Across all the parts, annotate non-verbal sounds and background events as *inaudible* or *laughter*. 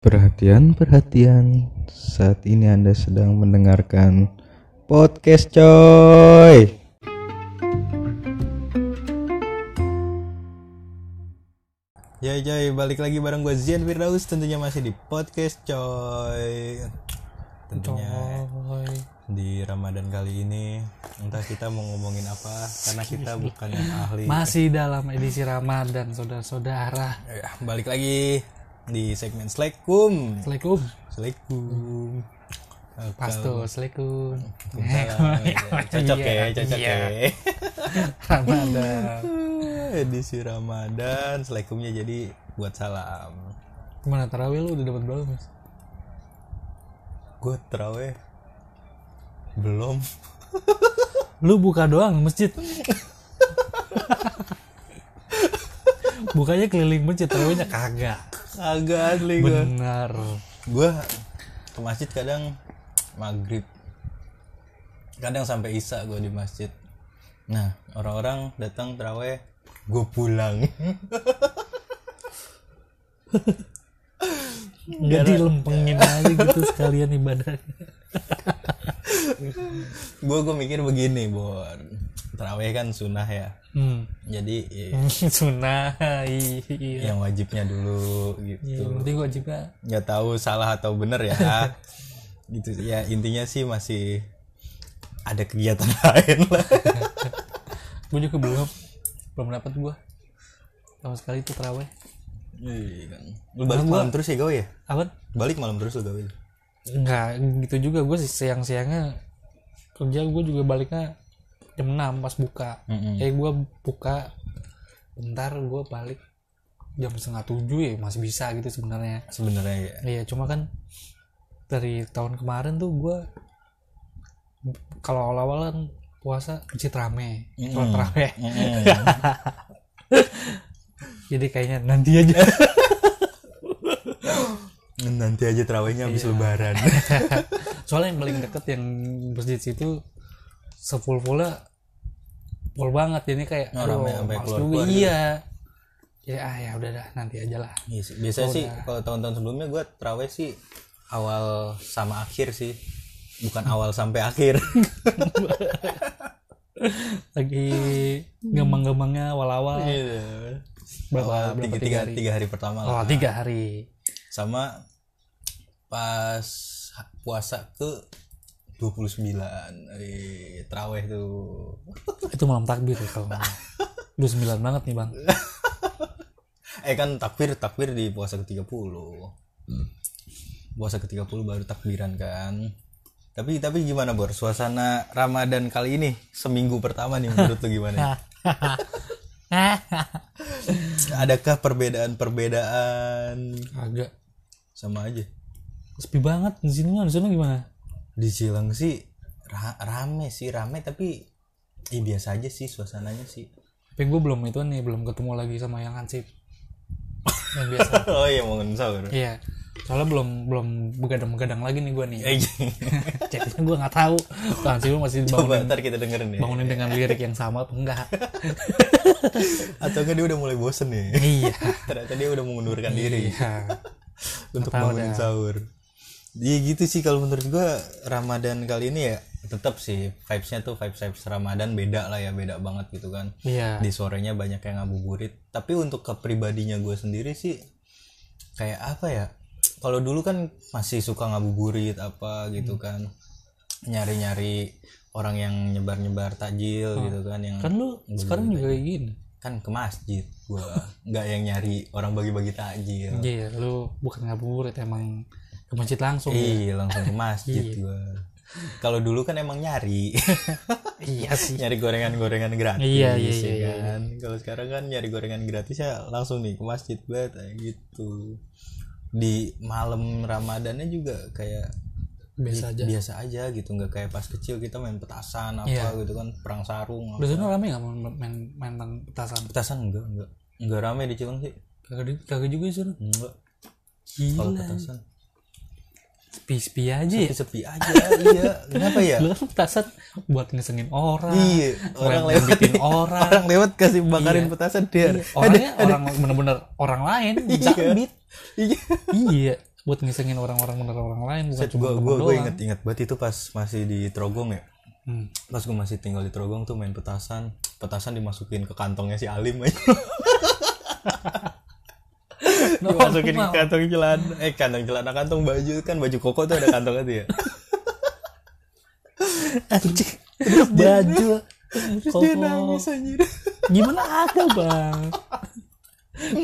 Perhatian, perhatian. Saat ini Anda sedang mendengarkan podcast coy. Yoi Ya, coy, balik lagi bareng gue Zian Firdaus tentunya masih di podcast coy Tentunya Coy. di Ramadan kali ini entah kita mau ngomongin apa karena kita bukan yang ahli Masih dalam edisi Ramadan, saudara-saudara. Eh, Balik lagi di segmen Selekum Assalamualaikum. Selekum Eh, Pasto, Assalamualaikum. Waalaikumsalam. *laughs* *laughs* Cocok Iya, ya, cocok ya *laughs* Ramadan. Edisi Ramadan, Selekumnya jadi buat salam Gimana tarawih lu udah dapat berapa, Mas? Gue terawih Belum Lu buka doang *laughs* masjid. Bukanya keliling masjid, tarawihnya kagak. Agak asli gue Benar. gue ke masjid kadang maghrib kadang sampai isa gue di masjid nah orang-orang datang teraweh gue pulang *laughs* Iya Jadi lempengin aja gitu sekalian *laughs* ibadahnya. gue gue mikir begini bon teraweh kan sunnah ya Hmm. *laughs* jadi i- Sunnah. Iya. yang wajibnya dulu Iya, gitu Yang penting wajibnya nggak tahu salah atau bener *laughs* ya gitu ya intinya sih masih ada kegiatan *laughs* lain lah gue juga belum belum dapat gue sama sekali itu teraweh Iya kan. lu balik malam terus ya gawe ya apa balik malam terus lu gawe enggak gitu juga gue siang siangnya kerja gue juga baliknya jam 6 pas buka Mm-mm. eh gue buka bentar gue balik jam setengah tujuh ya masih bisa gitu sebenarnya sebenarnya ya iya cuma kan dari tahun kemarin tuh gue kalau awal awalan puasa masjid rame sholat terawih Mm-mm. jadi kayaknya nanti aja *laughs* Nanti aja terawihnya habis lebaran. soalnya yang paling deket yang masjid situ sepul pula full banget jadi kayak Oh, aduh, rame sampai males keluar-keluar juga. gitu. iya jadi ah ya udah dah nanti aja lah *laughs* Iya sih. Biasanya sih kalau tahun-tahun sebelumnya gue terawih sih awal sama akhir sih. Bukan awal sampai *laughs* akhir. lagi gemang-gemangnya awal-awal Iya. Berapa- Awal tiga, berapa tiga tiga, hari? tiga hari pertama lah. oh tiga hari Sama pas ha- puasa ke 29 eh, terawih tuh itu malam takbir ya, kalau *laughs* nggak salah. udah sembilan banget nih bang eh kan takbir takbir di puasa ke 30 Hmm. puasa ke 30 baru takbiran kan tapi tapi gimana bor suasana Ramadan kali ini seminggu pertama nih menurut lu *laughs* gimana adakah perbedaan-perbedaan agak sama aja sepi banget di sini di sana gimana di Cilang sih ra- rame sih rame tapi eh biasa aja sih suasananya sih tapi gue belum itu nih belum ketemu lagi sama yang ansip yang biasa *laughs* oh iya mau ngensau Iya. Soalnya belum belum begadang-begadang lagi nih gue nih. Iya. Iya. Jadinya gue nggak tahu. Tahan sih lu masih coba dibangunin ntar kita dengerin ya bangunin dengan lirik yang sama apa enggak? atau enggak dia udah mulai bosen nih iya. ternyata dia udah mengundurkan diri Iya. untuk bangunin sahur. Iya gitu sih kalau menurut gua Ramadan kali ini ya tetap sih vibesnya tuh vibes vibes Ramadan beda lah ya beda banget gitu kan. Iya. Di sorenya banyak yang ngabuburit. Tapi untuk kepribadinya gue sendiri sih kayak apa ya? Kalau dulu kan masih suka ngabuburit apa Hmm. gitu kan. Nyari-nyari orang yang nyebar-nyebar takjil gitu kan yang Kan lu sekarang juga kayak gini. kan ke masjid gua *laughs* nggak yang nyari orang bagi-bagi takjil. Iya, lu bukan ngabuburit emang ke masjid langsung. Iya langsung ke masjid gua. Kalau dulu kan emang nyari, *laughs* iya sih. nyari gorengan-gorengan gratis. Iya, iya, ya iya, iya. kan? Kalau sekarang kan nyari gorengan gratis ya langsung nih ke masjid banget kayak gitu. Di malam Ramadannya juga kayak Biasa aja. biasa aja gitu, nggak kayak pas kecil kita main petasan apa Iya. gitu kan, perang sarung. Apa. Di sana rame nggak main main, main, main petasan? Petasan enggak enggak enggak rame di Cilang sih, Kagak di- kagak juga sih. enggak. Kalau Gila. petasan Sepi-sepi aja ya. sepi aja, iya. Kenapa ya? Lu kan petasan buat ngesengin orang. Iya, orang Orang lewat bikin orang. orang lewat kasih bakarin Iya. petasan der. orangnya orang bener-bener orang lain jambit *laughs* Iya. iya buat ngisengin orang-orang bener orang lain bukan cuma gue temen gue gue doang. inget inget banget itu pas masih di Trogong ya Hmm. pas gue masih tinggal di Trogong tuh main petasan petasan dimasukin ke kantongnya si Alim aja *laughs* dimasukin ke kantong celana eh kantong celana kantong baju kan baju koko tuh ada kantongnya tuh ya Anjing. Terus baju. Terus dia nangis anjir Gimana ada bang?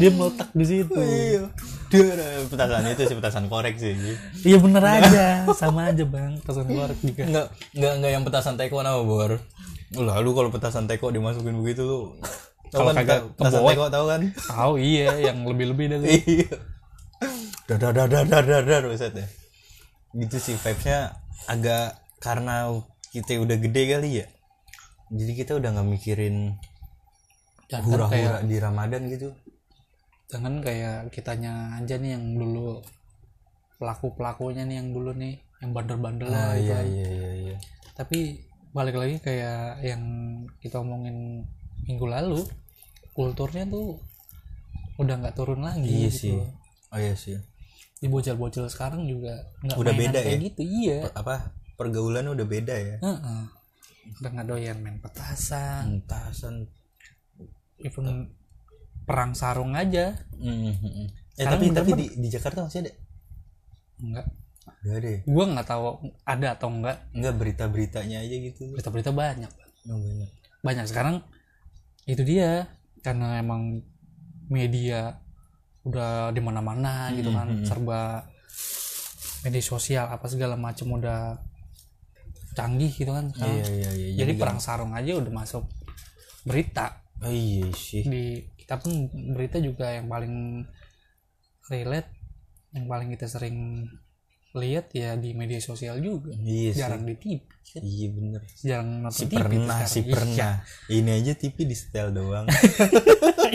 Dia meletak di situ. iya dia petasan itu sih petasan korek sih anjir. Iya bener aja, sama aja bang. Pesan korek juga. nggak nggak nggak yang petasan teko nama bor lalu kalau petasan teko dimasukin begitu lu Tau Kalau kan kagak peta- petasan kebawah. teko tahu *laughs* kan Tahu iya, yang lebih-lebih dari. iya dadar dadar dadar dadar Buset ya gitu sih vibesnya agak karena kita udah gede kali ya jadi kita udah nggak mikirin Kan, Jangan kayak, hura-hura di Ramadan gitu jangan kayak kitanya aja nih yang dulu pelaku pelakunya nih yang dulu nih yang bandel-bandel ah lah gitu. iya iya iya iya Tapi balik lagi kayak yang kita omongin minggu lalu, kulturnya tuh udah nggak turun lagi. iya sih gitu. oh iya sih di bocil-bocil sekarang juga nggak Udah mainan beda kayak ya? gitu iya Per- apa pergaulan udah beda ya Heeh. udah nggak doyan main Nah. petasan petasan even perang sarung aja Mm, mm, mm. Eh, Sekarang tapi tapi bener-bener- di, di Jakarta masih ada enggak Gak ada ya? gua nggak tahu ada atau enggak Enggak berita-beritanya aja gitu. berita-berita banyak Oh, banyak. banyak sekarang itu dia karena emang media udah di mana-mana gitu kan Mm-hmm. serba media sosial apa segala macam udah canggih gitu kan sekarang. Iya iya iya. jadi perang sarung aja udah masuk berita Oh, iya sih. di kita pun berita juga yang paling relate yang paling kita sering lihat ya di media sosial juga Iya sih. jarang di TV Iya bener. jarang Si nonton TV pernah sekarang. si Iya. pernah. Ini aja TV di setel *laughs* doang.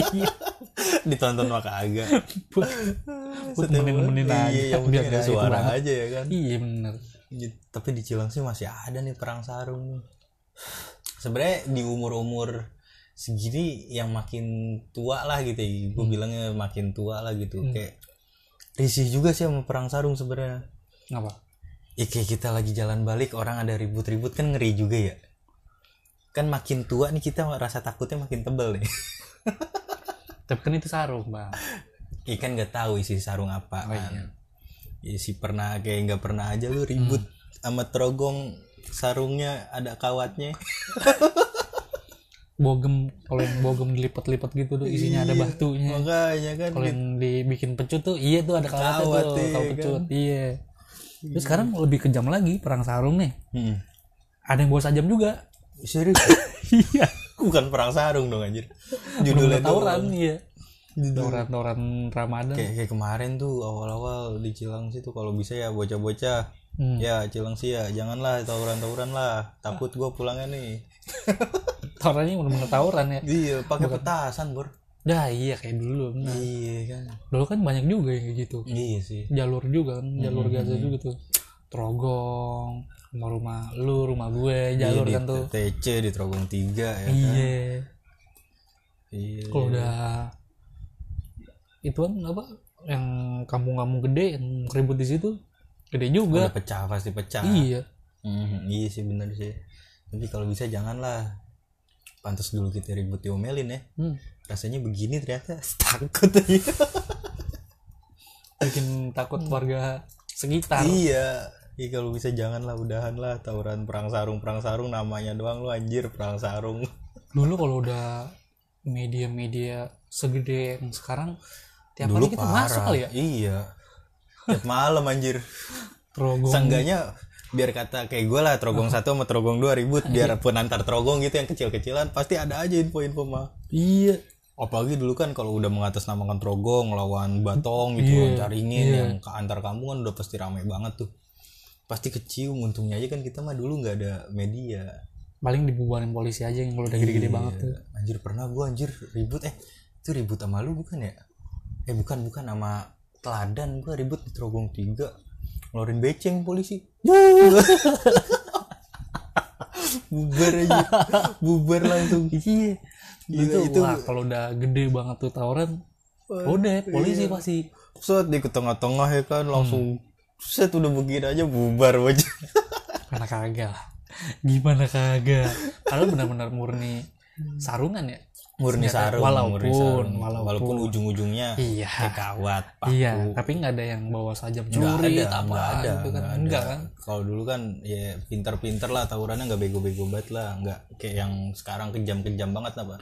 Iya. Ditonton mah kagak. Buat- buat menin-menin Iya, aja yang penting biar ada gak itu suara banget. aja ya kan. iya bener Gitu. Tapi di Cilang sih masih ada nih perang sarung. Sebenarnya di umur-umur segini yang makin tua lah gitu ya. Gue Hmm. bilangnya makin tua lah gitu. Kayak risih juga sih sama perang sarung sebenarnya. ngapa Ya kayak kita lagi jalan balik orang ada ribut-ribut kan ngeri juga ya. Kan makin tua nih kita rasa takutnya makin tebel nih. *laughs* tapi kan itu sarung bang Iya kan nggak tahu isi sarung apaan. Oh, iya. Hmm. Isi pernah kayak nggak pernah aja lu ribut sama trogong sarungnya ada kawatnya. bogem kalau yang bogem dilipat-lipat gitu tuh isinya Iya, ada batunya Makanya kan Iya. kalau yang dibikin pecut tuh iya tuh ada kawatnya Kawat, tuh iya kalau kan. pecut iya terus sekarang lebih kejam lagi perang sarung nih Hmm. ada yang bawa sajam juga Serius? iya *laughs* Bukan perang sarung dong *laughs* anjir. Judulnya judulnya tawuran doang. iya Judul. tawuran tawuran ramadan Kayak, kayak kemarin tuh awal-awal di Cilang situ kalau bisa ya bocah-bocah. Hmm. Ya Cilang sih ya janganlah tawuran-tawuran lah. Takut gua pulangnya nih. tawurannya bener-bener tawuran ya Iya, pakai petasan, Bor. dah iya kayak dulu Nah, Iya kan. dulu kan banyak juga yang kayak gitu Iya sih. jalur juga kan Hmm, jalur gaza juga tuh trogong rumah rumah lu rumah gue jalur Iya, kan di tuh TC di Trogong 3 ya. iya Iya. kalau udah itu kan apa yang kampung-kampung gede yang ribut di situ gede juga Udah pecah pasti pecah. iya Mhm, iya sih benar sih. Tapi kalau bisa janganlah. Pantas dulu kita ribut diomelin ya. Hmm. Rasanya begini ternyata *laughs* takut aja. bikin takut warga sekitar Hmm. iya. Iya kalau bisa janganlah udahan lah tawuran perang sarung perang sarung namanya doang lu anjir perang sarung. dulu kalau udah media-media segede yang sekarang tiap Dulu hari kita parah. masuk kali ya Iya. Tiap malam anjir. trogong Seenggaknya biar kata kayak gue lah trogong satu sama trogong dua ribut biar pun antar trogong gitu yang kecil-kecilan pasti ada aja info-info mah iya apalagi dulu kan kalau udah mengatasnamakan trogong lawan batong gitu Iya, lawan caringin iya. yang ke antar kampungan udah pasti ramai banget tuh pasti kecium untungnya aja kan kita mah dulu nggak ada media paling dibubarin polisi aja yang kalau udah gede-gede banget tuh Iya. anjir pernah gue anjir ribut eh itu ribut sama lu bukan ya eh bukan bukan sama teladan gue ribut di trogong tiga ngeluarin beceng *laughs* polisi bubar aja bubar langsung iya Gila, itu, Iya, itu- wah kalau udah gede banget tuh tawuran udah iya. polisi pasti set di tengah-tengah ya kan langsung set udah begini aja bubar aja karena kagak lah. gimana kagak kalau benar-benar murni sarungan ya *laughs* murni Senjata- sarung murni walaupun- sarung. walaupun- walaupun ujung-ujungnya Iya. kawat paku iya tapi nggak ada yang bawa sajam Nggak curi ada, apa nggak ada, gitu kan nggak ada. enggak kan Kalau dulu kan ya pinter-pinter lah tawurannya nggak bego-bego banget lah, nggak kayak yang sekarang kejam-kejam banget apa.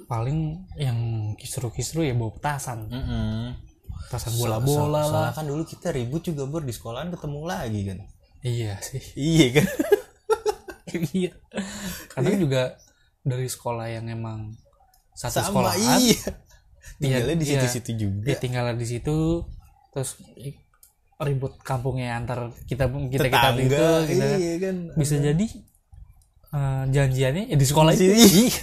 paling yang kisru-kisru ya bawa petasan Mm-mm. petasan bola-bola So- lah Soalnya kan dulu kita ribut juga ber di sekolahan ketemu lagi kan. iya sih *laughs* Iya kan. iya kadang juga dari sekolah yang emang satu Sama sekolah iya. Tinggalnya di iya. situ-situ juga. ditinggal di situ terus i- ribut kampungnya antar kita kita kita Tetangga, itu gitu kita iya kan. bisa jadi eh, janjiannya ya di sekolah itu Iya.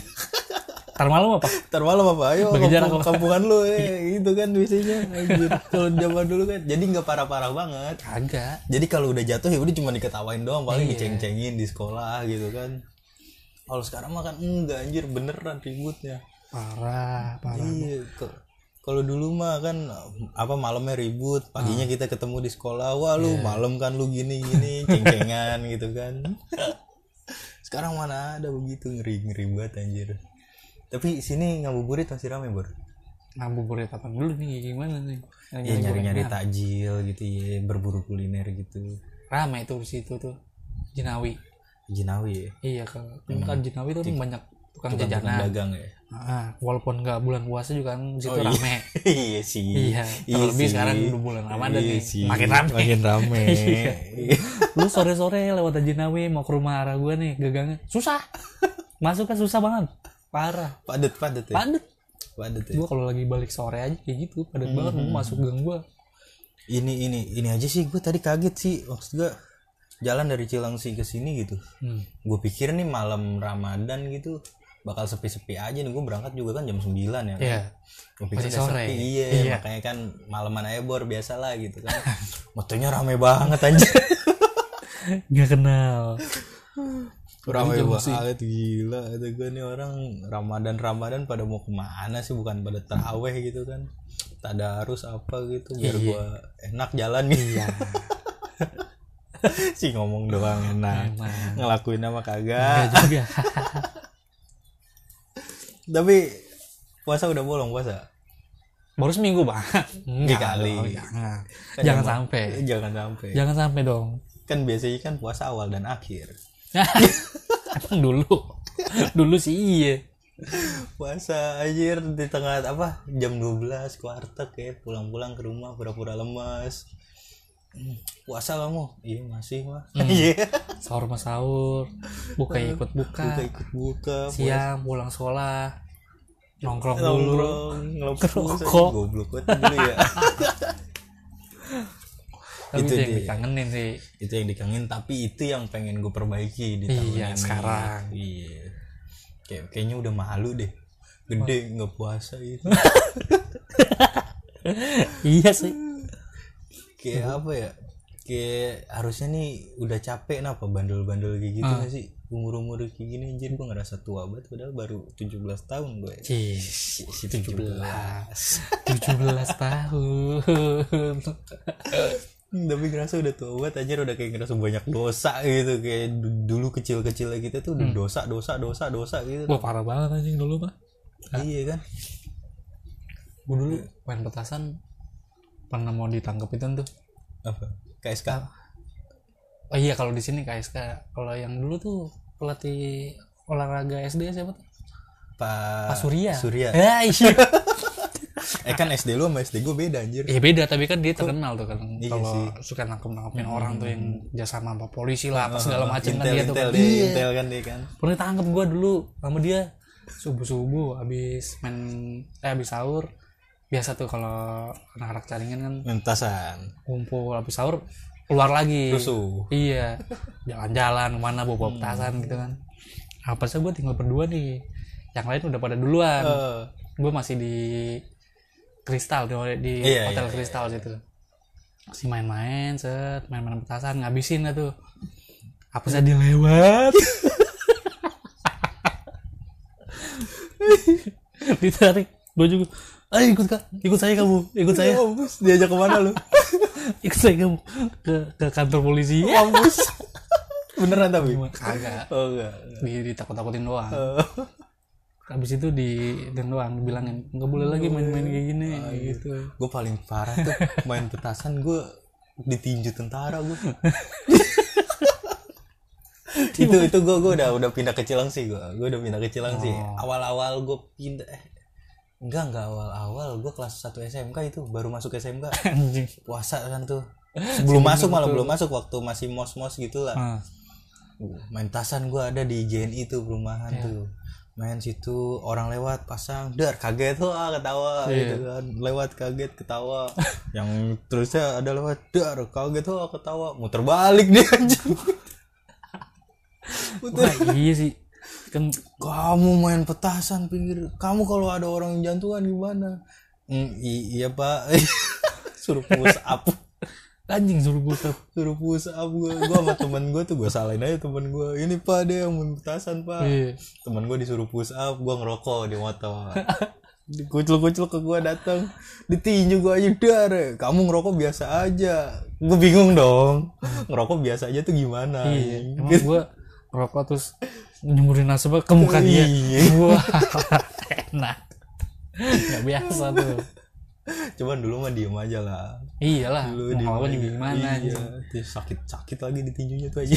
ntar malam apa Ntar malam apa ayo Bagi jarak kampung, apa? kampungan lu eh, gitu kan biasanya anjir. kalau zaman dulu kan jadi nggak parah-parah banget kagak jadi kalau udah jatuh ya udah cuma diketawain doang paling Iya. diceng-cengin di sekolah gitu kan kalau sekarang mah kan enggak anjir beneran ributnya parah parah iya ke- kalau dulu mah kan apa malamnya ribut paginya Hmm. kita ketemu di sekolah wah Iya. lu malam kan lu gini gini ceng-cengan gitu *laughs* kan sekarang mana ada begitu ngeri ngeri banget anjir tapi sini ngabuburit masih rame bor ngabuburit apa Nah, dulu nih gimana nih ya nyari nyari takjil gitu ya berburu kuliner gitu ramai tuh di situ tuh jinawi jinawi ya iya kalau kan jinawi tuh banyak tukang, Tukang-tukang jajanan dagang ya *laughs* Ah, walaupun nggak bulan puasa juga kan di situ rame iya sih Iya, terlebih sih. sekarang udah bulan Ramadan Iya nih, sih. makin rame. makin rame *laughs* Iya. *laughs* lu sore-sore lewat Ajinawi mau ke rumah arah gue nih gagangnya susah masuk kan susah banget Iya. parah padet padet ya padet padet ya gue kalau lagi balik sore aja kayak gitu padet banget mau masuk gang gue ini ini ini aja sih gue tadi kaget sih maksud gue jalan dari Cilangsi ke sini gitu hmm. gue pikir nih malam Ramadan gitu bakal sepi-sepi aja nih gue berangkat juga kan jam 9 ya kan? Iya. Gua pikir Masih udah sore. sepi, iya, Iya. makanya kan malaman aja bor biasa lah gitu kan *laughs* motonya rame banget *laughs* anjir nggak kenal Ramai banget gila kata gue nih orang Ramadan Ramadan pada mau kemana sih bukan pada teraweh gitu kan tak ada harus apa gitu biar Iya. gue enak jalan gitu *laughs* si ngomong doang enak Emang. ngelakuin apa nggak kagak juga tapi puasa udah bolong puasa *laughs* baru seminggu banget Nggak Dikali. dong, jangan Kan jangan emang- sampai Ya. jangan sampai jangan sampai dong kan biasanya kan puasa awal dan akhir emang *laughs* dulu dulu sih iya puasa anjir di tengah apa jam 12 kuartek ya pulang-pulang ke rumah pura-pura lemas Hmm, puasa kamu iya masih mah *laughs* iya sahur sama sahur Hmm. buka ya ikut buka, buka ikut buka siang pulang sekolah nongkrong dulu nongkrong ngelopok Ngerokok. goblok banget dulu ya tapi Itu itu, yang dia. dikangenin sih itu yang dikangen tapi itu yang pengen gue perbaiki di tahun Iya, ini. sekarang. iya kayak kayaknya udah malu deh gede nggak puasa gitu iya sih kayak apa ya kayak harusnya nih udah capek kenapa bandel-bandel kayak gitu nggak sih umur-umur kayak gini anjir gue ngerasa tua banget padahal baru 17 tahun ya. gue Cis, si 17 17 tahun Hmm, tapi ngerasa udah tua banget anjir udah kayak ngerasa banyak dosa gitu kayak du- dulu kecil-kecilnya kita tuh udah dosa dosa dosa dosa gitu wah parah banget anjing dulu mah iya kan gue dulu main petasan pernah mau ditangkap itu tuh apa KSK oh iya kalau di sini KSK kalau yang dulu tuh pelatih olahraga SD siapa tuh Pak Pak Surya Surya ya iya *laughs* eh kan SD lu sama SD gue beda anjir Ya beda tapi kan dia terkenal tuh kan Iya kalau sih. Hmm. suka nangkep nangkepin orang tuh yang jasa sama polisi lah apa segala macam kan Nah, intel intel dia tuh kan. dia Iya. intel kan dia kan pernah tangkep gua dulu sama dia subuh subuh abis main eh abis sahur biasa tuh kalau anak-anak caringan kan mentasan kumpul abis sahur keluar lagi rusuh iya *laughs* jalan-jalan kemana bawa Hmm. bawa petasan gitu kan apa sih gue tinggal berdua nih yang lain udah pada duluan Eh, gue masih di kristal di, di Iya, iya, hotel kristal situ masih main-main set main-main petasan ngabisin lah tuh apa saya dilewat *laughs* ditarik gue juga ayo ikut kak ikut saya kamu ikut saya Mampus, diajak kemana *laughs* lu? ikut saya kamu ke ke kantor polisi Mampus. Beneran tapi? kagak Oh enggak. di ditakut-takutin doang *laughs* habis itu di dan doang dibilangin nggak boleh lagi main-main kayak gini kayak gitu Gue paling parah tuh main petasan gue ditinju tentara *laughs* gue. itu itu gue gue udah udah pindah ke Cilangsi gue gue udah pindah ke Cilangsi Oh. awal awal gue pindah eh, enggak enggak awal awal gue kelas 1 SMK itu baru masuk SMK *laughs* anjing puasa kan tuh belum masuk malah belum masuk waktu masih mos mos gitulah Uh, Ah, main tasan gua ada di JNI tuh perumahan tuh main situ orang lewat pasang dar kaget *laughs* tuh ah, ketawa gitu kan lewat kaget ketawa yang terusnya ada lewat dar kaget tuh ah, ketawa muter balik dia *laughs* anjing wah iya sih kan kamu main petasan pinggir kamu kalau ada orang jantungan gimana "Mm, i- iya pak *laughs* suruh push up anjing suruh buka suruh push up gue gue sama temen gue tuh gue salahin aja temen gue ini pak dia yang main petasan pak iya temen gue disuruh push up gue ngerokok di *laughs* motor dikucil-kucil ke gue datang ditinju gue aja dar kamu ngerokok biasa aja gue bingung dong *laughs* ngerokok biasa aja tuh gimana iya emang gua ngerokok terus nyumurin nasabah ke muka dia Iya. *laughs* wah enak nggak biasa tuh cuman dulu mah diem aja lah iyalah dulu mau ngelawan juga aja. gimana iya. anjing. Iya. Terus sakit-sakit lagi ditinjunya tuh aja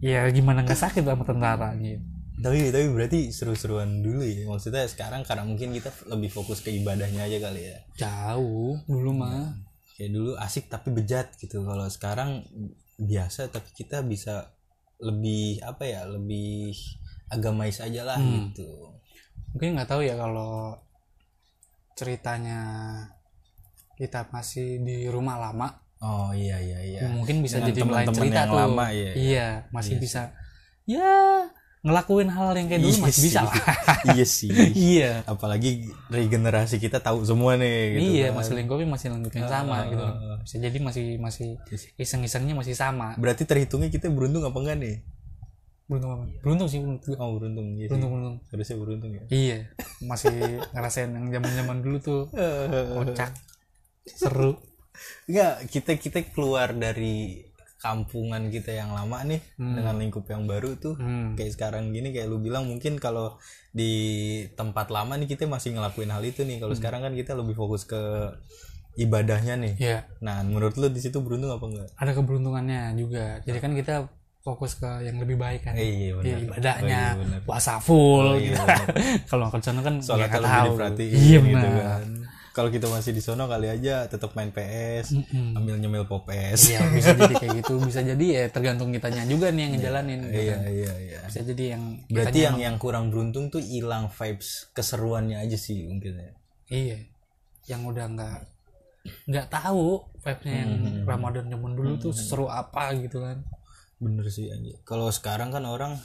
ya gimana nggak sakit sama tentara gitu. anjing *laughs* tapi tapi berarti seru-seruan dulu ya maksudnya sekarang karena mungkin kita lebih fokus ke ibadahnya aja kali ya jauh dulu mah kayak Ya, dulu asik tapi bejat gitu kalau sekarang biasa tapi kita bisa lebih apa ya lebih agamais aja lah Hmm. gitu mungkin nggak tahu ya kalau ceritanya kita masih di rumah lama oh iya iya iya mungkin bisa Dengan jadi lain teman-teman cerita yang tuh lama, iya, iya. iya masih bisa ya ngelakuin hal yang kayak dulu Iya masih bisa sih. lah *laughs* *laughs* iya sih iya apalagi regenerasi kita tahu semua nih gitu iya kan. masih lingkupnya masih lingkupnya sama gitu loh. bisa jadi masih masih iseng-isengnya masih sama Iya berarti terhitungnya kita beruntung apa enggak nih beruntung apa beruntung sih menurut gue. oh beruntung iya sih. beruntung beruntung harusnya beruntung ya iya masih ngerasain yang zaman-zaman dulu tuh kocak seru enggak kita kita keluar dari kampungan kita yang lama nih dengan lingkup yang baru tuh Hmm. kayak sekarang gini kayak lu bilang mungkin kalau di tempat lama nih kita masih ngelakuin hal itu nih kalau Hmm. sekarang kan kita lebih fokus ke ibadahnya nih iya Ya, nah menurut lu di situ beruntung apa enggak ada keberuntungannya juga jadi kan kita fokus ke yang lebih baik kan iya Iya, benar ibadahnya Oh, iya, benar. puasa full Iya, gitu. benar. *laughs* kalau ke sana kan soalnya nggak kalau lebih diperhatiin iya gitu benar kan kalau kita masih di sono kali aja tetap main PS Mm-mm. ambil nyemil popes iya bisa jadi kayak gitu bisa jadi ya tergantung kitanya juga nih yang ngejalanin gitu iya kan. iya iya bisa jadi yang berarti kitanya yang yang kurang beruntung tuh hilang vibes keseruannya aja sih mungkin ya Iya. Yang udah nggak nggak tahu vibe-nya yang Mm-hmm, Ramadan zaman dulu tuh seru apa gitu kan. Bener sih anjir. Kalau sekarang kan orang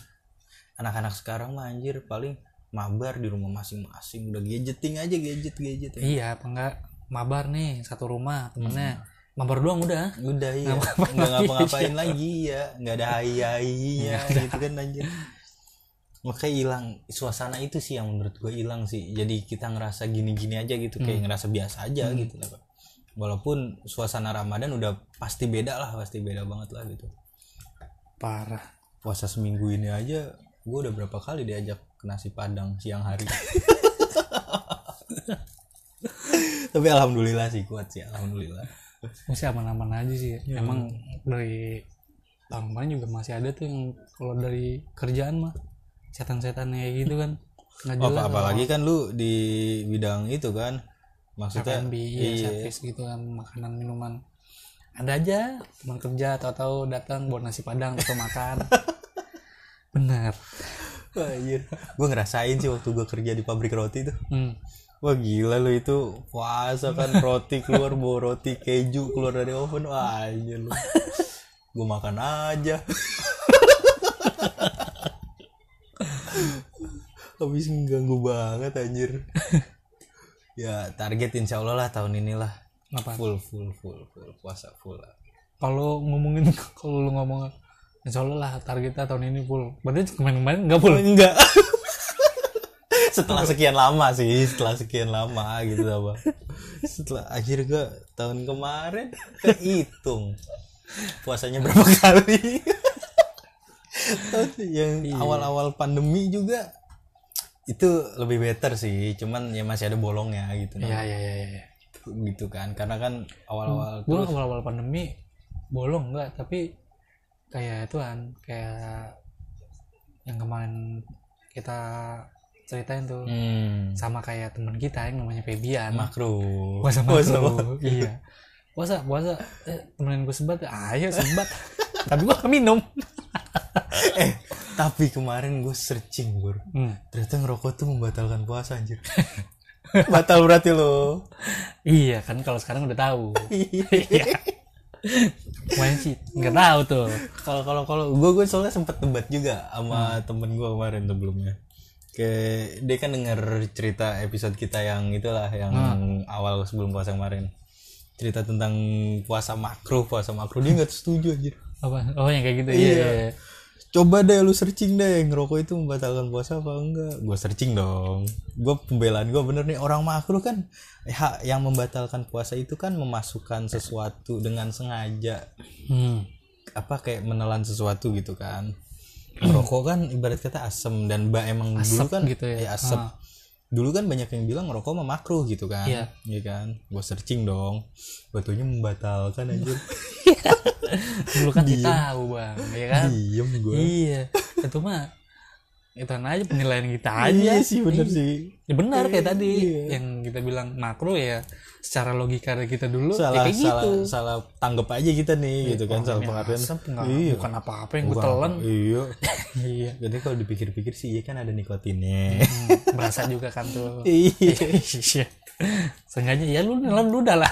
anak-anak sekarang mah anjir paling mabar di rumah masing-masing udah gadgeting aja gadget gadget ya. Iya, apa enggak mabar nih satu rumah temennya. Mm-hmm. Mabar doang udah. udah ya Nggak ngapa-ngapain nggak ngapa-ngapain lagi ya nggak ada hai-hainya gitu kan anjir makanya hilang suasana itu sih yang menurut gue hilang sih jadi kita ngerasa gini-gini aja gitu Hmm. kayak ngerasa biasa aja gitu lah Pak. walaupun suasana Ramadan udah pasti beda lah pasti beda banget lah gitu Parah. puasa seminggu ini aja gue udah berapa kali diajak ke nasi padang siang hari tapi alhamdulillah sih kuat sih alhamdulillah Masih aman-aman aja sih. Emang dari tahun kemarin juga masih ada tuh yang kalau dari kerjaan mah setan-setan kayak gitu kan. Nggak Oh, jelas. apalagi kan lu di bidang itu kan maksudnya F&B, iya, *laughs* servis gitu kan makanan minuman ada aja teman kerja tahu-tahu datang bawa nasi padang atau *laughs* makan bener gue ngerasain sih waktu gue kerja di pabrik roti tuh hmm. wah gila lu itu puasa kan roti keluar bawa roti keju keluar dari oven wah anjir lu gue makan aja habis mengganggu banget anjir ya target insya Allah lah tahun inilah Apa? full full full full puasa full lah kalau ngomongin *laughs* kalau lu ngomong *laughs* insya Allah lah targetnya tahun ini full berarti kemarin-kemarin nggak full enggak setelah sekian lama sih setelah sekian lama gitu apa setelah akhir gue tahun kemarin kehitung puasanya berapa *laughs* kali Terus yang Iya. awal-awal pandemi juga itu lebih better sih cuman ya masih ada bolongnya gitu Iya iya iya. iya. gitu kan karena kan awal-awal Gue awal-awal pandemi bolong nggak, tapi kayak tuan kayak yang kemarin kita ceritain tuh hmm, sama kayak teman kita yang namanya Febian. makro puasa puasa iya puasa puasa eh, temenin gue sebat ayo sebat *laughs* tapi gue minum eh tapi kemarin gue searching bro Hmm. ternyata ngerokok tuh membatalkan puasa anjir *laughs* batal berarti lo iya kan kalau sekarang udah tahu iya main sih nggak tahu tuh *laughs* kalau kalau kalau gue gue soalnya sempet debat juga sama temen gue kemarin sebelumnya kayak dia kan denger cerita episode kita yang itulah yang awal sebelum puasa kemarin cerita tentang puasa makro puasa makro dia nggak setuju anjir apa oh yang kayak gitu iya, iya. iya. coba deh lu searching deh ngerokok itu membatalkan puasa apa enggak gue searching dong gue pembelaan gue bener nih orang makruh kan ha, yang membatalkan puasa itu kan memasukkan sesuatu dengan sengaja Hmm. apa kayak menelan sesuatu gitu kan merokok kan ibarat kata asem dan mbak emang dulu Asap kan gitu ya. eh, asem dulu kan banyak yang bilang ngerokok mah makruh gitu kan Iya. Iya kan gue searching dong batunya membatalkan anjir dulu kan kita tahu bang ya kan diem gue iya itu mah itu aja penilaian kita aja iya sih Iya. bener sih Ya benar kayak tadi yang kita bilang makro ya secara logika dari kita dulu ya salah kayak salah gitu Iya, salah tanggap aja kita nih gitu kan salah pengertian Asap nggak- iya bukan apa-apa yang gue bukan- telan iya *laughs* iya jadi kalau dipikir-pikir sih iya kan ada nikotinnya Hmm, berasa juga kan *laughs* tuh iya Iya. Seenggaknya ya lu nelan lu udah *laughs* lah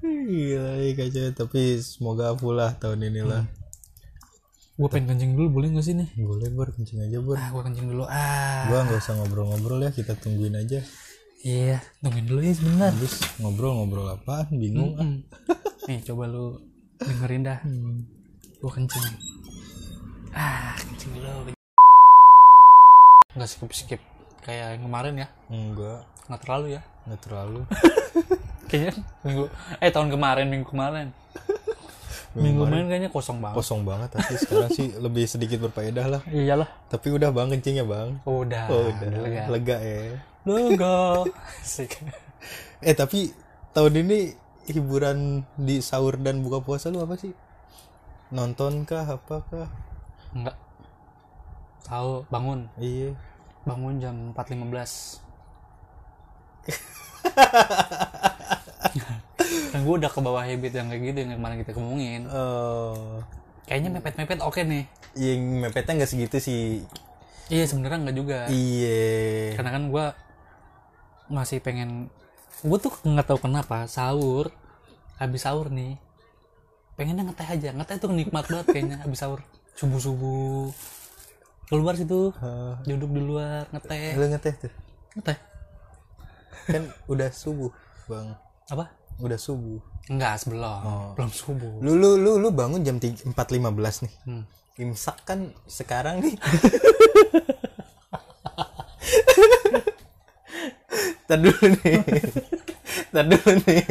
gila iya kacau tapi semoga pula tahun inilah Hmm. gue pengen kencing dulu boleh gak sih nih boleh bar kencing aja bar ah gue kencing dulu ah gua nggak usah ngobrol-ngobrol ya kita tungguin aja iya tungguin dulu ya sebentar habis ngobrol-ngobrol apaan bingung ah. Hmm. *laughs* nih coba lu dengerin dah gue kencing ah kencing dulu nggak skip skip kayak yang kemarin ya enggak nggak terlalu ya nggak terlalu kayaknya minggu eh tahun kemarin minggu *laughs* kemarin minggu kemarin kayaknya kosong banget kosong banget tapi sekarang sih lebih sedikit berfaedah lah iyalah tapi udah bang kencingnya bang udah oh, udah Ah, lega lega ya lega *laughs* Asik. Eh tapi tahun ini hiburan di sahur dan buka puasa lu apa sih? Nonton kah apakah? enggak tahu bangun Iya. bangun jam *laughs* 4.15 dan gue udah ke bawah habit yang kayak gitu yang kemarin kita ngomongin Oh, kayaknya mepet-mepet oke nih yang mepetnya nggak segitu sih. iya sebenarnya enggak juga Iya. karena kan gue masih pengen gue tuh nggak tahu kenapa sahur habis sahur nih pengennya ngeteh aja ngeteh tuh nikmat banget kayaknya habis sahur subuh subuh keluar situ Hah. duduk di luar ngeteh Lu ngeteh tuh. ngeteh Kan udah subuh, Bang. apa Udah subuh. enggak sebelum belum subuh Lu lu lu, lu bangun jam 3, 4.15 nih. Hmm. Imsak kan sekarang nih. *laughs* Ntar dulu nih. Ntar dulu nih.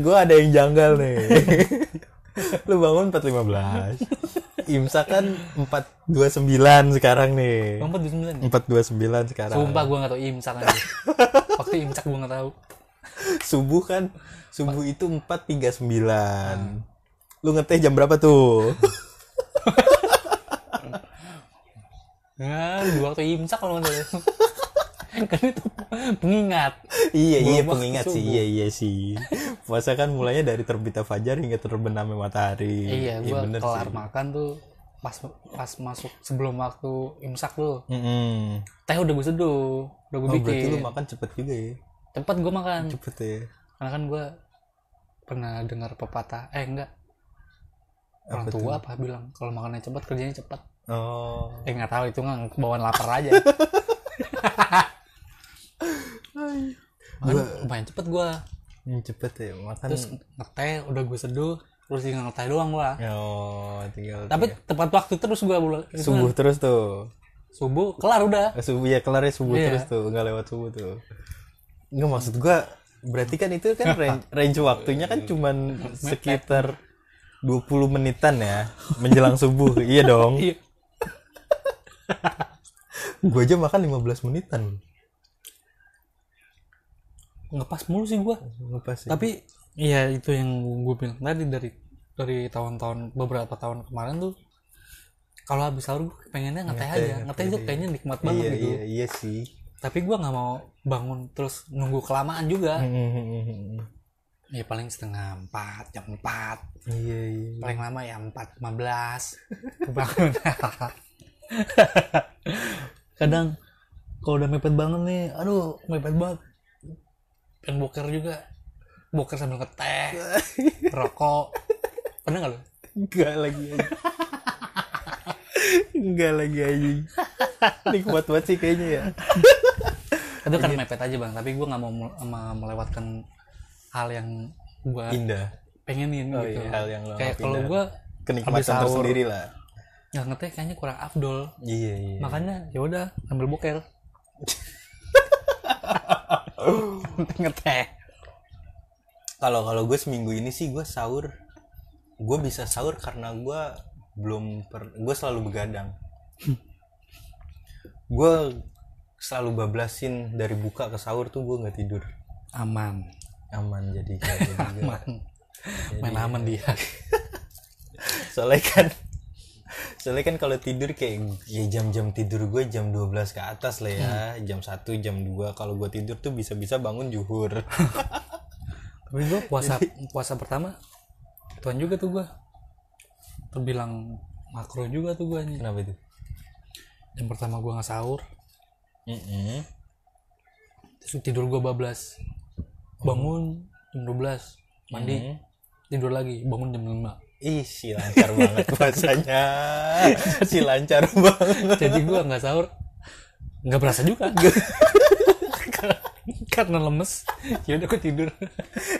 Gue ada yang janggal nih. *laughs* Lu bangun 4.15. Imsak kan 4.29 sekarang nih. empat dua sembilan Iya. ya? 4.29 sekarang. sumpah gue nggak tahu imsak *laughs* aja waktu imsak gue nggak tahu Subuh kan subuh itu 4.39. Hmm. Lu ngeteh jam berapa tuh? nah dua waktu imsak kalau nggak salah *laughs* kan itu pengingat iya Belum iya waktu pengingat sih subuh. iya iya sih puasa kan mulainya dari terbitnya fajar hingga terbenamnya matahari Iya, gua bener kelar sih. makan tuh pas pas masuk sebelum waktu imsak tuh Mm-mm. teh udah gue seduh udah gue oh berarti lu bikin Hmm. makan cepet juga ya cepet gue makan cepet ya karena kan gue pernah dengar pepatah eh enggak orang tua apa bilang kalau makannya cepet kerjanya cepet oh eh nggak tahu itu nggak bawaan lapar *laughs* aja Makan Kan lumayan cepet gue Hmm, cepet ya makan terus ngeteh udah gue seduh terus tinggal Iya. ngeteh doang gue oh tinggal tapi tepat waktu terus gue subuh terus tuh kan, subuh kelar udah subuh ya kelar ya subuh Iya. terus tuh nggak lewat subuh tuh nggak maksud gua berarti kan itu kan *laughs* range, range waktunya kan cuman sekitar 20 menitan ya menjelang subuh iya dong Iya. gua aja makan 15 menitan ngepas mulu sih gua Ngepas ya. sih. tapi iya itu yang gue bilang tadi dari dari tahun-tahun beberapa tahun kemarin tuh kalau habis sahur gue pengennya ngeteh aja ngeteh tuh kayaknya nikmat banget iya, gitu iya iya sih tapi gua nggak mau bangun terus nunggu kelamaan juga ya paling setengah empat jam empat iya iya paling lama ya empat lima belas bangun *laughs* kadang kalau udah mepet banget nih aduh mepet banget pengen boker juga boker sambil *laughs* ngeteh rokok pernah nggak lo Enggak lagi aja. *laughs* Enggak lagi anjing. Nikmat banget sih kayaknya ya. itu kan mepet aja bang tapi gue nggak mau mel- ama- melewatkan hal yang gue Indah. pengenin Oh gitu iya, hal yang lo kayak nggak kalau pindah. gue Habis Kenikmatan sahur. tersendiri lah. nggak ngeteh kayaknya kurang afdol Iya, iya. makanya ya udah ambil boker ngeteh Kalau kalau gue seminggu ini sih gue sahur. Gue bisa sahur karena gue belum per, gue selalu *laughs* begadang. gue selalu bablasin dari buka ke sahur tuh gue nggak tidur aman aman jadi kayak *laughs* gitu. aman main aman dia soalnya kan soalnya kan kalau tidur kayak ya jam-jam tidur gue jam 12 ke atas lah ya jam 1 jam 2 kalau gue tidur tuh bisa-bisa bangun *laughs* juhur tapi *laughs* gue puasa puasa pertama tuan juga tuh gue terbilang makro juga tuh gue kenapa itu yang pertama gue nggak sahur Mm-mm. terus tidur gue bablas bangun jam 12 mandi Mm. tidur lagi bangun jam 5 ih si lancar *laughs* banget puasanya si lancar banget jadi gue nggak sahur nggak berasa *laughs* juga karena lemes ya udah gue tidur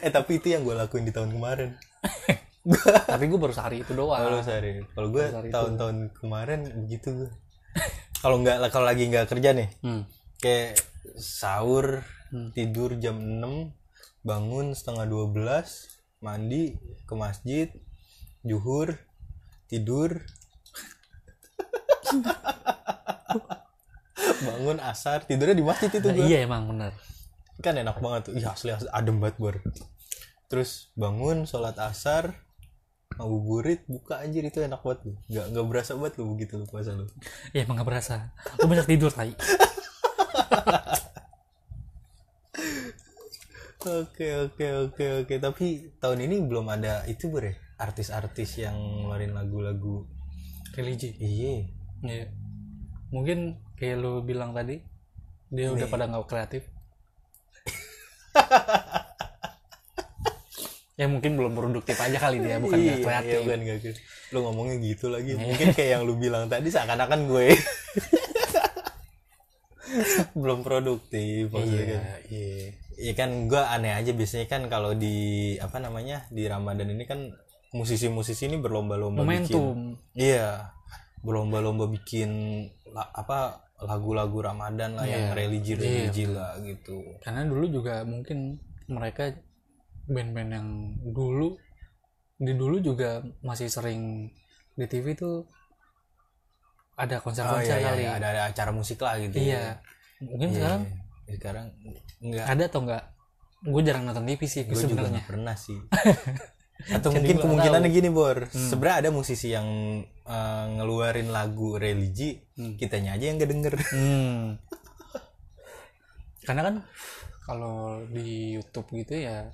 eh tapi itu yang gue lakuin di tahun kemarin tapi gue baru sehari itu doang kalau sorry kalau gue Lancar itu. tahun-tahun kemarin begitu gue kalau nggak kalau lagi nggak kerja nih Hmm. kayak sahur tidur jam 6 bangun setengah 12 mandi ke masjid juhur tidur bangun asar tidurnya di masjid itu Nah, gua. iya emang bener kan enak banget tuh iya asli asli adem banget bor terus bangun sholat asar ngabuburit buka anjir itu enak banget lu. nggak nggak berasa banget lu begitu lu puasa lu ya emang nggak berasa lu banyak tidur tai Oke oke oke oke tapi tahun ini belum ada itu bre artis-artis yang ngeluarin lagu-lagu religi iya Iya. Mungkin kayak lu bilang tadi, dia udah pada *laughs* nggak kreatif. ya mungkin belum produktif aja kali dia, bukan nggak Iya, kreatif. iya, bukan nggak kreatif. lu ngomongnya gitu lagi mungkin kayak yang lu bilang tadi seakan-akan gue *laughs* belum produktif maksudnya kan. iya iya kan gue aneh aja biasanya kan kalau di apa namanya di Ramadan ini kan musisi-musisi ini berlomba-lomba bikin Momentum. Iya, berlomba-lomba bikin la- apa lagu-lagu Ramadan lah yang Iya. religi-religi lah gitu. Karena dulu juga mungkin mereka band-band yang dulu di dulu juga masih sering di TV tuh ada Oh, konser-konser iya, iya, kali. iya, ada, ada acara musik lah gitu. Iya. Mungkin Iya, sekarang iya. sekarang enggak ada atau enggak? Gue jarang nonton TV sih gue juga sebenarnya. nggak pernah *laughs* sih. Atau mungkin Jadi gua nggak Hmm. kemungkinannya gini, Bor. Sebenarnya ada musisi yang eh, ngeluarin lagu religi, kitanya aja yang gak *laughs* denger. Hmm. Karena kan kalau di YouTube gitu ya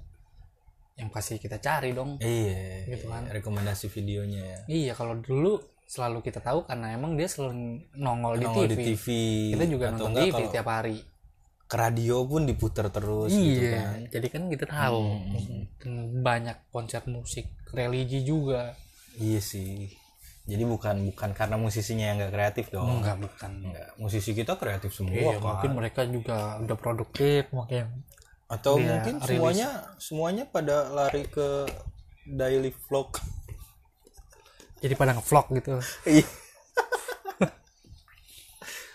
yang pasti kita cari dong. iya, Gitu iya, kan. rekomendasi videonya ya. Iya, kalau dulu selalu kita tahu karena emang dia selalu nongol, Nongol di di, TV. TV. Kita juga atau nonton enggak TV kalau tiap hari. ke radio pun diputer terus gitu Iya, kan. Hmm. jadi kan kita tahu Dan banyak konser musik, religi juga. Iya sih. Jadi bukan bukan karena musisinya yang nggak kreatif dong. Enggak bukan. Enggak. Musisi kita kreatif semua Hmm. Iya, kan. mungkin mereka juga udah produktif mungkin. Atau dia mungkin rilis. semuanya semuanya pada lari ke daily vlog. *laughs* Jadi pada nge-vlog gitu. Iya. *laughs*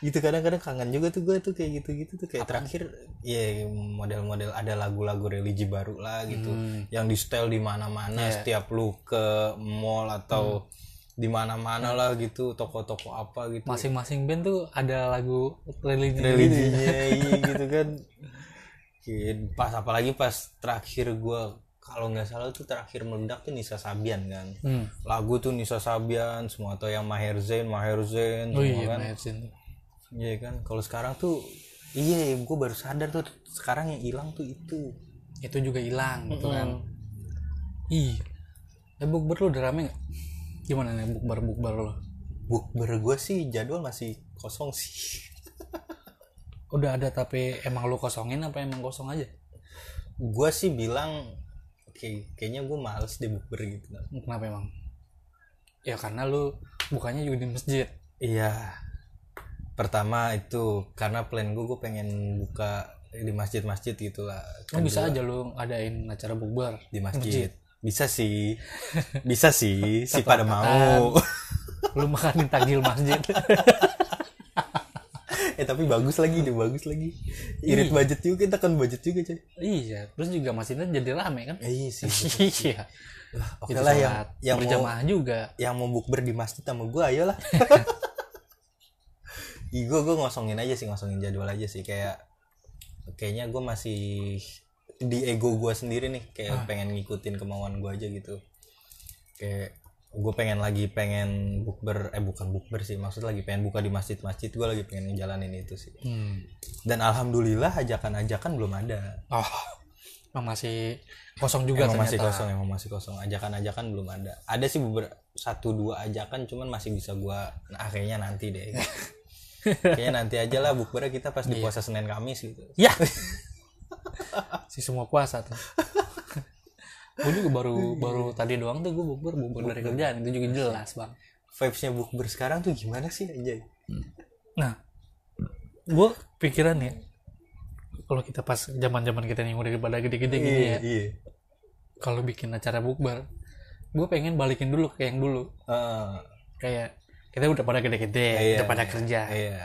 gitu kadang-kadang kangen juga tuh gue tuh kayak gitu-gitu tuh kayak terakhir ya model-model ada lagu-lagu religi baru lah gitu Hmm. yang di setel di mana-mana Iya. setiap lu ke mall Hmm. atau di mana-mana lah gitu toko-toko apa gitu masing-masing band tuh ada lagu religi religinya iya gitu kan Iya, pas apalagi pas terakhir gua kalau nggak salah tuh terakhir meledak tuh Nisa Sabian kan Hmm. lagu tuh Nisa Sabian semua atau yang Maher Zain Maher Zain oh semua iya kan Maher Zain tuh. iya kan kalau sekarang tuh iya gue baru sadar tuh sekarang yang hilang tuh itu itu juga hilang gitu kan ih eh bukber lu udah rame nggak gimana nih bukber bukber lu bukber gue sih jadwal masih kosong sih udah ada tapi emang lu kosongin apa emang kosong aja gue sih bilang oke kayaknya gue males deh bukber gitu kan kenapa emang ya karena lu bukannya juga di masjid Iya. Pertama itu karena plan gue gue pengen buka di masjid-masjid gitu lah. lu bisa aja lu ngadain acara bukber Di masjid. Bisa sih. Bisa *laughs* sih si pada mau. lu makanin *laughs* takjil masjid *laughs* eh tapi bagus lagi deh, bagus lagi. Irit budget juga kita kan budget juga, coy. iya terus juga masjidnya jadi rame kan Eh, iya *laughs* sih. *laughs* iya Oke Itu lah yang sholat yang mau berjamaah juga yang mau bukber di masjid sama gue ayolah Ih, gue gue ngosongin aja sih ngosongin jadwal aja sih kayak kayaknya gue masih di ego gue sendiri nih kayak pengen ngikutin kemauan gue aja gitu kayak gue pengen lagi pengen bukber eh bukan bukber sih maksud lagi pengen buka di masjid-masjid gue lagi pengen ngejalanin itu sih hmm. dan alhamdulillah ajakan-ajakan belum ada oh emang masih kosong juga emang masih ternyata kosong emang masih kosong ajakan-ajakan belum ada ada sih beberapa satu dua ajakan cuman masih bisa gua nah, kayaknya nanti *laughs* deh kayaknya nanti aja lah bukbernya kita pas Iya. di puasa Senin Kamis gitu *laughs* Ya. si semua puasa tuh. gue juga baru baru tadi doang tuh gue bukber bukber dari kerjaan itu juga jelas bang. vibesnya bukber sekarang tuh gimana sih aja Nah, gue pikiran ya kalau kita pas zaman zaman kita nih udah pada gede-gede gini ya, iya kalau bikin acara bukber, gue pengen balikin dulu ke yang dulu Heeh. kayak kita udah pada gede-gede, Iya, udah pada kerja, iya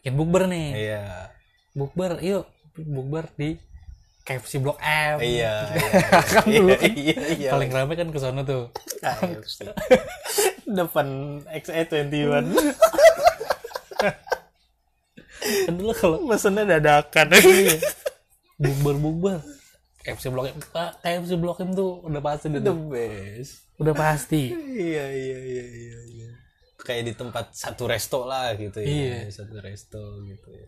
bikin bukber nih, iya bukber, yuk bukber di KFC Blok M, *laughs* iya kan dulu kan iya iya paling rame kan ke sana tuh. depan XE21 kan dulu kalau mesennya dadakan bukber bukber KFC Blok M Pak, KFC Blok M tuh *laughs* udah pasti deh the tuh. best udah pasti iya iya iya iya iya kayak di tempat satu resto lah gitu ya Iya. satu resto gitu ya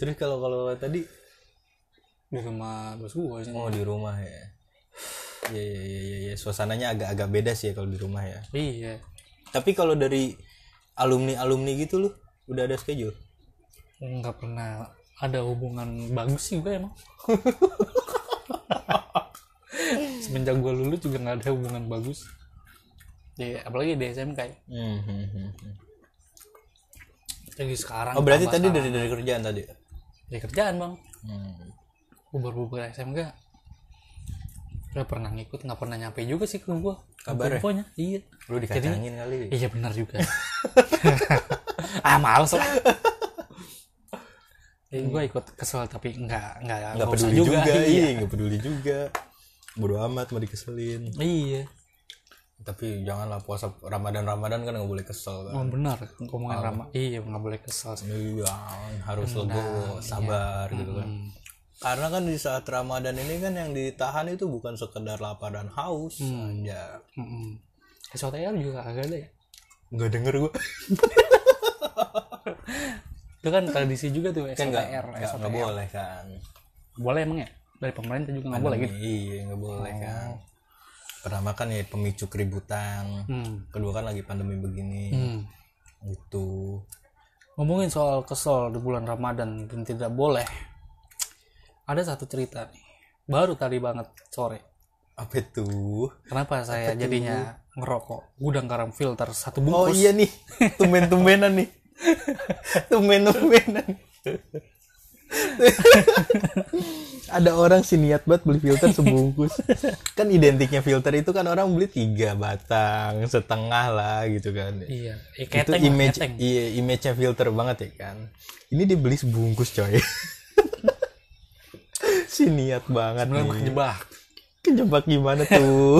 terus kalau kalau tadi di rumah bos gua sih oh di rumah ya iya iya iya iya iya. suasananya agak-agak beda sih ya kalau di rumah ya iya tapi kalau dari alumni alumni gitu loh udah ada schedule nggak pernah ada hubungan bagus sih gue emang *laughs* semenjak gua lulus juga nggak ada hubungan bagus ya apalagi di SMK ya. hmm. lagi sekarang oh berarti tadi tambah dari dari kerjaan tadi sekarang. ya kerjaan bang hmm. bubur-bubur SMK nggak pernah ngikut nggak pernah nyampe juga sih ke gua Kabar ya? Infonya, iya lu dikacangin kali Iya *laughs* benar juga. ah males lah. gue ikut kesel tapi nggak nggak Iya. nggak nggak usah peduli juga, Iya. iya nggak peduli juga bodoh amat mau dikeselin Iya. tapi janganlah puasa Ramadan Ramadan kan nggak boleh kesel kan Oh, benar omongan Rama. Iya nggak boleh kesel. Iya, harus iya. legowo, sabar gitu kan. Karena kan di saat Ramadan ini kan yang ditahan itu bukan sekedar lapar dan haus Mm. Ya. aja. Mm-mm. SOTR juga agak ada ya. Nggak denger gua. Itu kan tradisi juga tuh Kan nggak SOTR. nggak- nggak boleh kan. Boleh emang ya? Dari pemerintah juga nggak boleh gitu. Iya, nggak boleh kan. Pertama kan ya pemicu keributan. Hmm. Kedua kan lagi pandemi begini. Hmm. Gitu. Ngomongin soal kesel di bulan Ramadan dan tidak boleh. Ada satu cerita nih. Baru tadi banget sore. Apa itu? Kenapa saya jadinya ngerokok gudang garam filter Oh satu bungkus? iya nih, tumben-tumbenan nih. Tumben-tumbenan. Ada orang sih niat banget beli filter sebungkus. kan identiknya filter itu kan orang beli tiga batang setengah lah gitu kan. iya eh, itu keteng lah, image keteng. iya image-nya filter banget ya kan ini dibeli sebungkus coy *laughs* si niat banget sebenarnya gue nih kejebak kejebak gimana tuh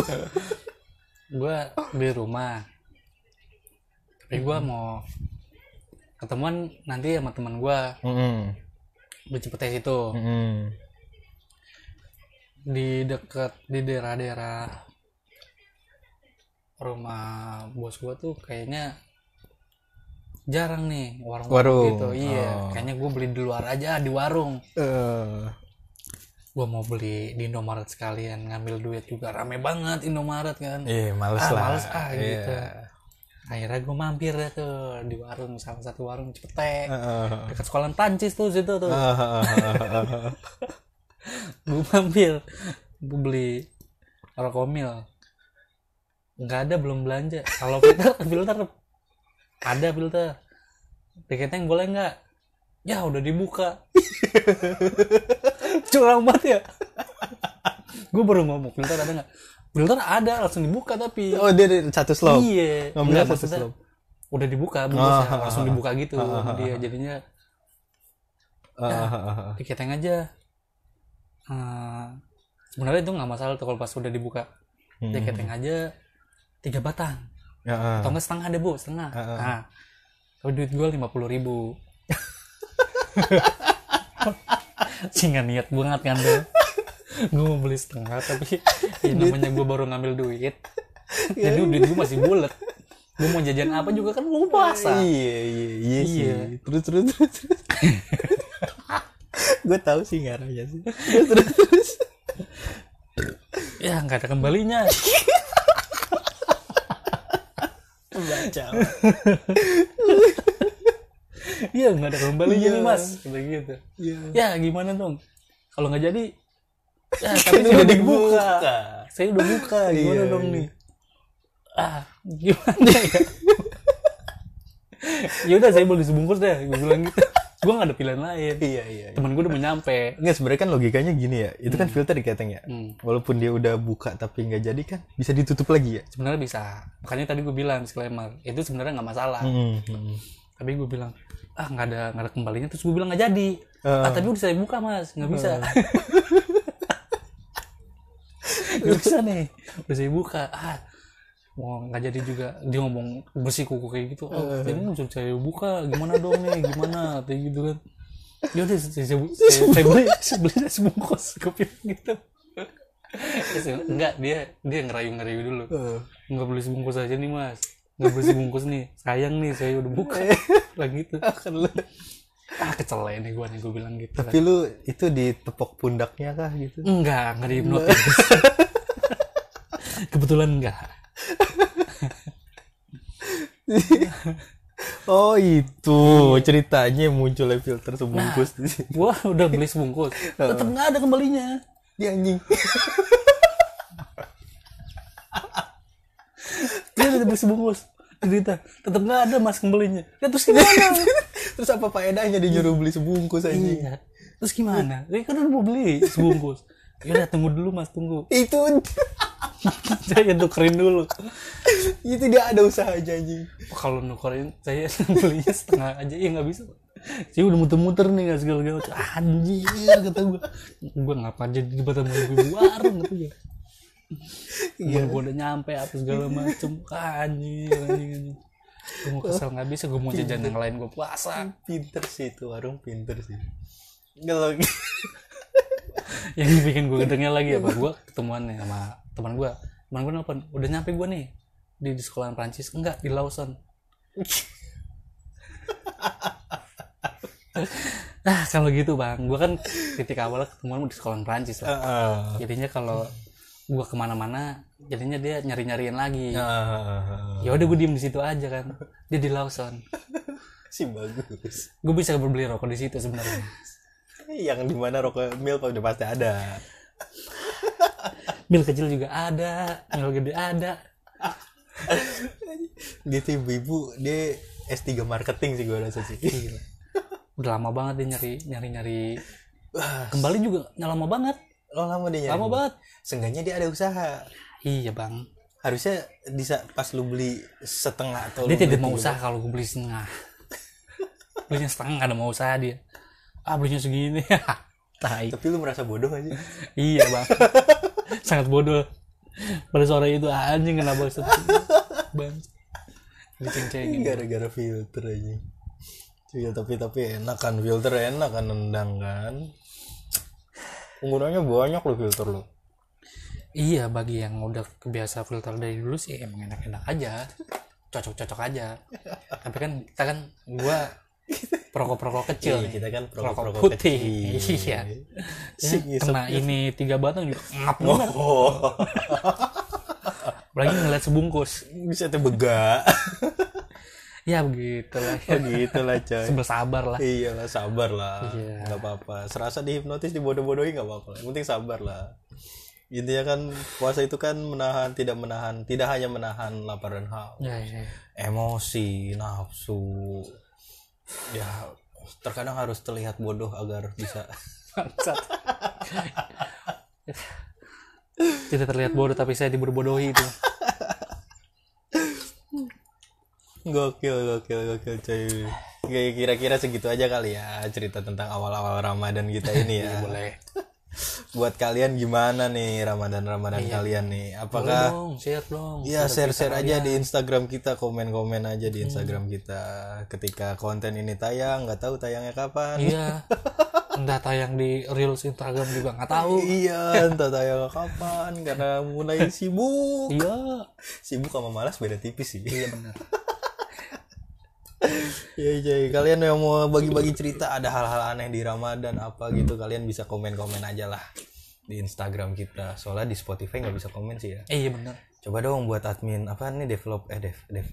gue beli rumah tapi gue mau ketemuan nanti sama teman gue *laughs* Mm-mm. di Cipetes itu Mm-mm. di deket di daerah-daerah rumah bos gue tuh kayaknya jarang nih warung, Warung. gitu iya Oh. kayaknya gue beli di luar aja di warung Eh, gue mau beli di Indomaret sekalian ngambil duit juga rame banget Indomaret kan iya males ah lah males ah Iya. gitu akhirnya gue mampir deh tuh di warung salah satu warung Cipete Heeh. dekat sekolah Tancis tuh situ tuh Heeh. gue mampir gue beli rokomil nggak ada belum belanja kalau filter filter ada filter tiketnya boleh nggak ya udah *laughs* dibuka curang banget ya gue baru ngomong filter ada nggak filter ada langsung dibuka tapi oh dia dia satu slow iya Ngomongnya Nggak, satu maksudnya slope. udah dibuka bungkusnya. Ah, ah, langsung ah, dibuka gitu ah, sama ah, dia jadinya ah. Heeh. piketeng aja Eh, sebenarnya itu nggak masalah tuh kalau pas udah dibuka Hmm. tiketeng aja tiga batang Heeh. atau nggak setengah deh bu setengah Ah, ah. nah kalau duit gue lima puluh *laughs* ribu sih nggak niat banget kan tuh gue mau beli setengah tapi ya namanya gue baru ngambil duit Iya. jadi duit gue masih bulat gue mau jajan apa juga kan mau puasa iya iya iya sih. Iya. terus terus terus, terus. gue tahu sih ngarahnya sih terus terus terus ya nggak ada kembalinya Baca. Iya nggak ada kembalinya Iya. nih mas kata gitu. Iya. Ya gimana dong? Kalau nggak jadi, *laughs* ya tapi Kan saya udah udah buka. dibuka. Saya udah buka gimana Iya, dong iya. nih? Ah gimana ya? *laughs* ya udah saya beli sebungkus deh, gue bilang gitu. gue nggak ada pilihan lain. Iya iya. iya. Temen gue udah mau nyampe. Nggak sebenarnya kan logikanya gini ya. Itu kan filter diketeng ya. Hmm. Walaupun dia udah buka tapi nggak jadi kan bisa ditutup lagi ya. Sebenarnya bisa. Makanya tadi gue bilang disclaimer, itu sebenarnya nggak masalah. Hmm. Tapi gue bilang ah nggak ada nggak ada kembalinya terus gue bilang nggak jadi. Ah. Ah, tapi udah saya buka mas, nggak bisa. *laughs* nggak bisa nih udah saya buka ah mau nggak jadi juga dia ngomong bersikuku kayak gitu oh jadi ini suruh saya buka gimana dong nih gimana kayak gitu kan ya udah saya, saya, saya, saya beli saya beli aja sebungkus gue bilang gitu *laughs* Terus dia, enggak dia dia ngerayu ngerayu dulu Ah. nggak beli sebungkus aja nih mas nggak beli sebungkus nih sayang nih saya udah buka lah gitu ah kecele nih gue nih gue bilang gitu Tapi lu itu ditepok pundaknya kah *laughs* gitu? Enggak, enggak dihipnotis. *laughs* Kebetulan enggak. Oh itu ceritanya munculnya filter sebungkus di sini. Gua udah beli sebungkus, tetap enggak ada kembalinya. Dia Iya, anjing. *laughs* Dia udah beli sebungkus. Cerita, tetap enggak ada Mas kembalinya. Ya terus gimana? Terus apa faedahnya dia nyuruh beli sebungkus anjing? iya. Terus gimana? Ya kan udah mau beli sebungkus. Ya udah tunggu dulu Mas, tunggu. *laughs* Itu *laughs* Saya nukerin dulu. itu dia ada usaha anjing. Kalau nukerin saya *laughs* belinya setengah aja ya nggak bisa. Saya udah muter-muter nih nggak segala-gala. Anjir kata gua. Gua ngapa jadi di batang gue di warung kata gua. Iya. Gue udah nyampe apa segala macem anjir anjing anjing. Gue mau kesel nggak bisa, gue mau jajan yang lain gue puasa. Pinter sih itu warung pinter sih. Kalau *laughs* Yang bikin gue gedengnya lagi apa gue ketemuan nih sama teman gue. Teman gue nelfon, udah nyampe gue nih di, di sekolahan Prancis enggak di Lawson. nah kalau gitu bang, gue kan titik awalnya ketemuan di sekolahan Prancis Ah, lah. Jadinya kalau gue kemana-mana, jadinya dia nyari-nyariin lagi. Ah, Ya udah gue diem di situ aja kan. Dia di Lawson. si bagus. gue bisa berbeli rokok di situ sebenarnya Yang dimana rokok milk udah pasti ada. mil kecil juga ada mil gede ada Dia tuh ibu-ibu dia S3 marketing sih gue rasa sih. Gila. udah lama banget dia nyari nyari nyari kembali juga nggak lama banget Lo lama dia nyari. lama banget Seenggaknya dia ada usaha. iya bang Harusnya di sa- pas lu beli setengah atau dia lu tidak beli mau tiga. usaha kalau gue beli setengah belinya setengah nggak ada mau usaha dia ah belinya segini *laughs* tai Tapi lu merasa bodoh gak sih? iya bang *laughs* sangat bodoh pada sore itu "Ah, anjing kenapa set- bang Gitu diceng-cengin Gara-gara filter aja. Iya tapi tapi enak kan filter enak kan nendang kan. Penggunanya banyak lo filter lo. Iya bagi yang udah kebiasa filter dari dulu sih emang enak-enak aja cocok-cocok aja tapi kan kita kan gua perokok-perokok kecil Iya nih. kita kan Rokok perokok-perokok putih. kecil. Iya. Si iya, Ya, kena ini tiga batang juga ngap Oh, *laughs* apalagi ngeliat sebungkus bisa tebega. ya begitu *laughs* lah oh, gitu lah coy. bersabar lah Iya lah sabar lah. Iya. Gak apa-apa. Serasa dihipnotis dibodoh-bodohin gak apa-apa. Yang penting sabar lah. Intinya kan puasa itu kan menahan tidak menahan tidak hanya menahan lapar dan haus. ya, ya. emosi, nafsu. Ya, terkadang harus terlihat bodoh agar bisa. *laughs* Bangsat. *laughs* tidak terlihat bodoh tapi saya dibodoh-bodohi itu gokil, gokil, gokil, coy. Oke, Kira-kira segitu aja kali ya cerita tentang awal-awal Ramadan kita ini ya. Iya, boleh Buat kalian gimana nih Ramadan-Ramadan kalian nih? Apakah Iya. dong share dong Iya share-share aja di Instagram kita, komen-komen aja di Instagram kita. Ketika konten ini tayang, nggak tahu tayangnya kapan. iya entah tayang di reels Instagram juga nggak tahu Iya, entah tayangnya kapan karena mulai sibuk. iya Sibuk sama malas beda tipis sih. iya benar *laughs* Iya, iya. Kalian yang mau bagi-bagi cerita ada hal-hal aneh di Ramadan apa gitu, kalian bisa komen-komen aja lah di Instagram kita. Soalnya di Spotify nggak bisa komen sih ya. eh, iya benar Coba dong buat admin apa nih develop eh dev dev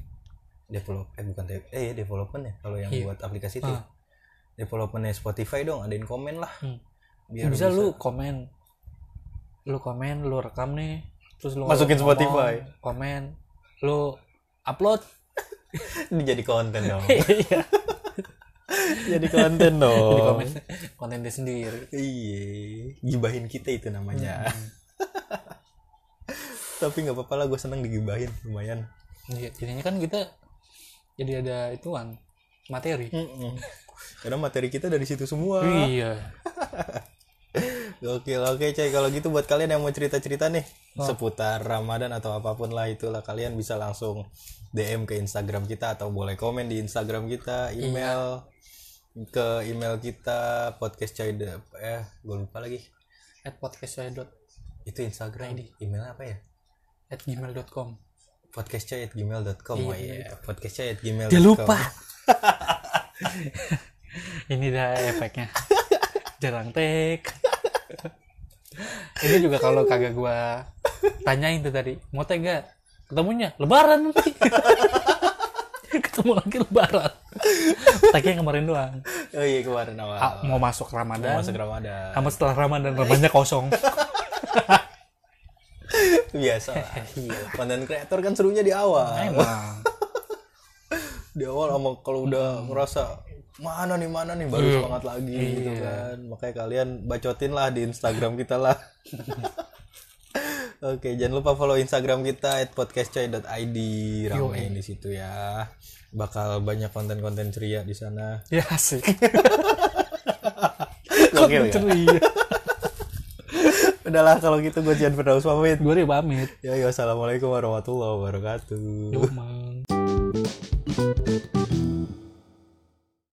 develop eh bukan dev eh ya development ya kalau yang Iya. buat aplikasi itu. ya. Developmentnya Spotify dong, adain komen lah. Hmm. Biar bisa, lu komen lu komen lu rekam nih terus lu Masukin ngomong, Spotify. komen lu upload *laughs* Ini *laughs* jadi konten dong. iya jadi konten dong. di komen konten dia sendiri Iya, gibahin kita itu namanya. *laughs* Tapi nggak apa-apa lah, gue seneng digibahin lumayan. iya jadinya kan kita jadi ada ituan materi Karena materi kita dari situ semua. iya Oke, oke, Cai. Kalau gitu buat kalian yang mau cerita-cerita nih Oh. seputar Ramadan atau apapun lah itulah kalian bisa langsung DM ke Instagram kita atau boleh komen di Instagram kita, Iya. email ke email kita podcast coy de- eh gue lupa lagi at podcastcoy.com itu Instagram emailnya apa ya at gmail.com podcastcoy@gmail.com oh iya podcastcoy@gmail.com Dia lupa. *laughs* ini dah efeknya jarang take ini juga kalau kagak gua tanyain tuh tadi mau take gak ketemunya lebaran *laughs* nanti ketemu lagi lebaran take yang kemarin doang oh iya kemarin awal Ah, mau masuk ramadan masuk Ramadan sama setelah ramadan ramadannya kosong biasa konten kreator kan serunya di awal emang *laughs* di awal sama kalau udah ngerasa mana nih mana nih baru semangat lagi gitu kan makanya kalian bacotin lah di Instagram kita lah *laughs* Oke, jangan lupa follow Instagram kita @podcastcoy.id ramein di situ ya. Bakal banyak konten-konten ceria di sana. *laughs* ya asik Gokil ya. ceria Udahlah kalau gitu gue Cian Firdaus pamit. gue udah pamit Ya, ya, assalamualaikum warahmatullahi wabarakatuh. Cuman.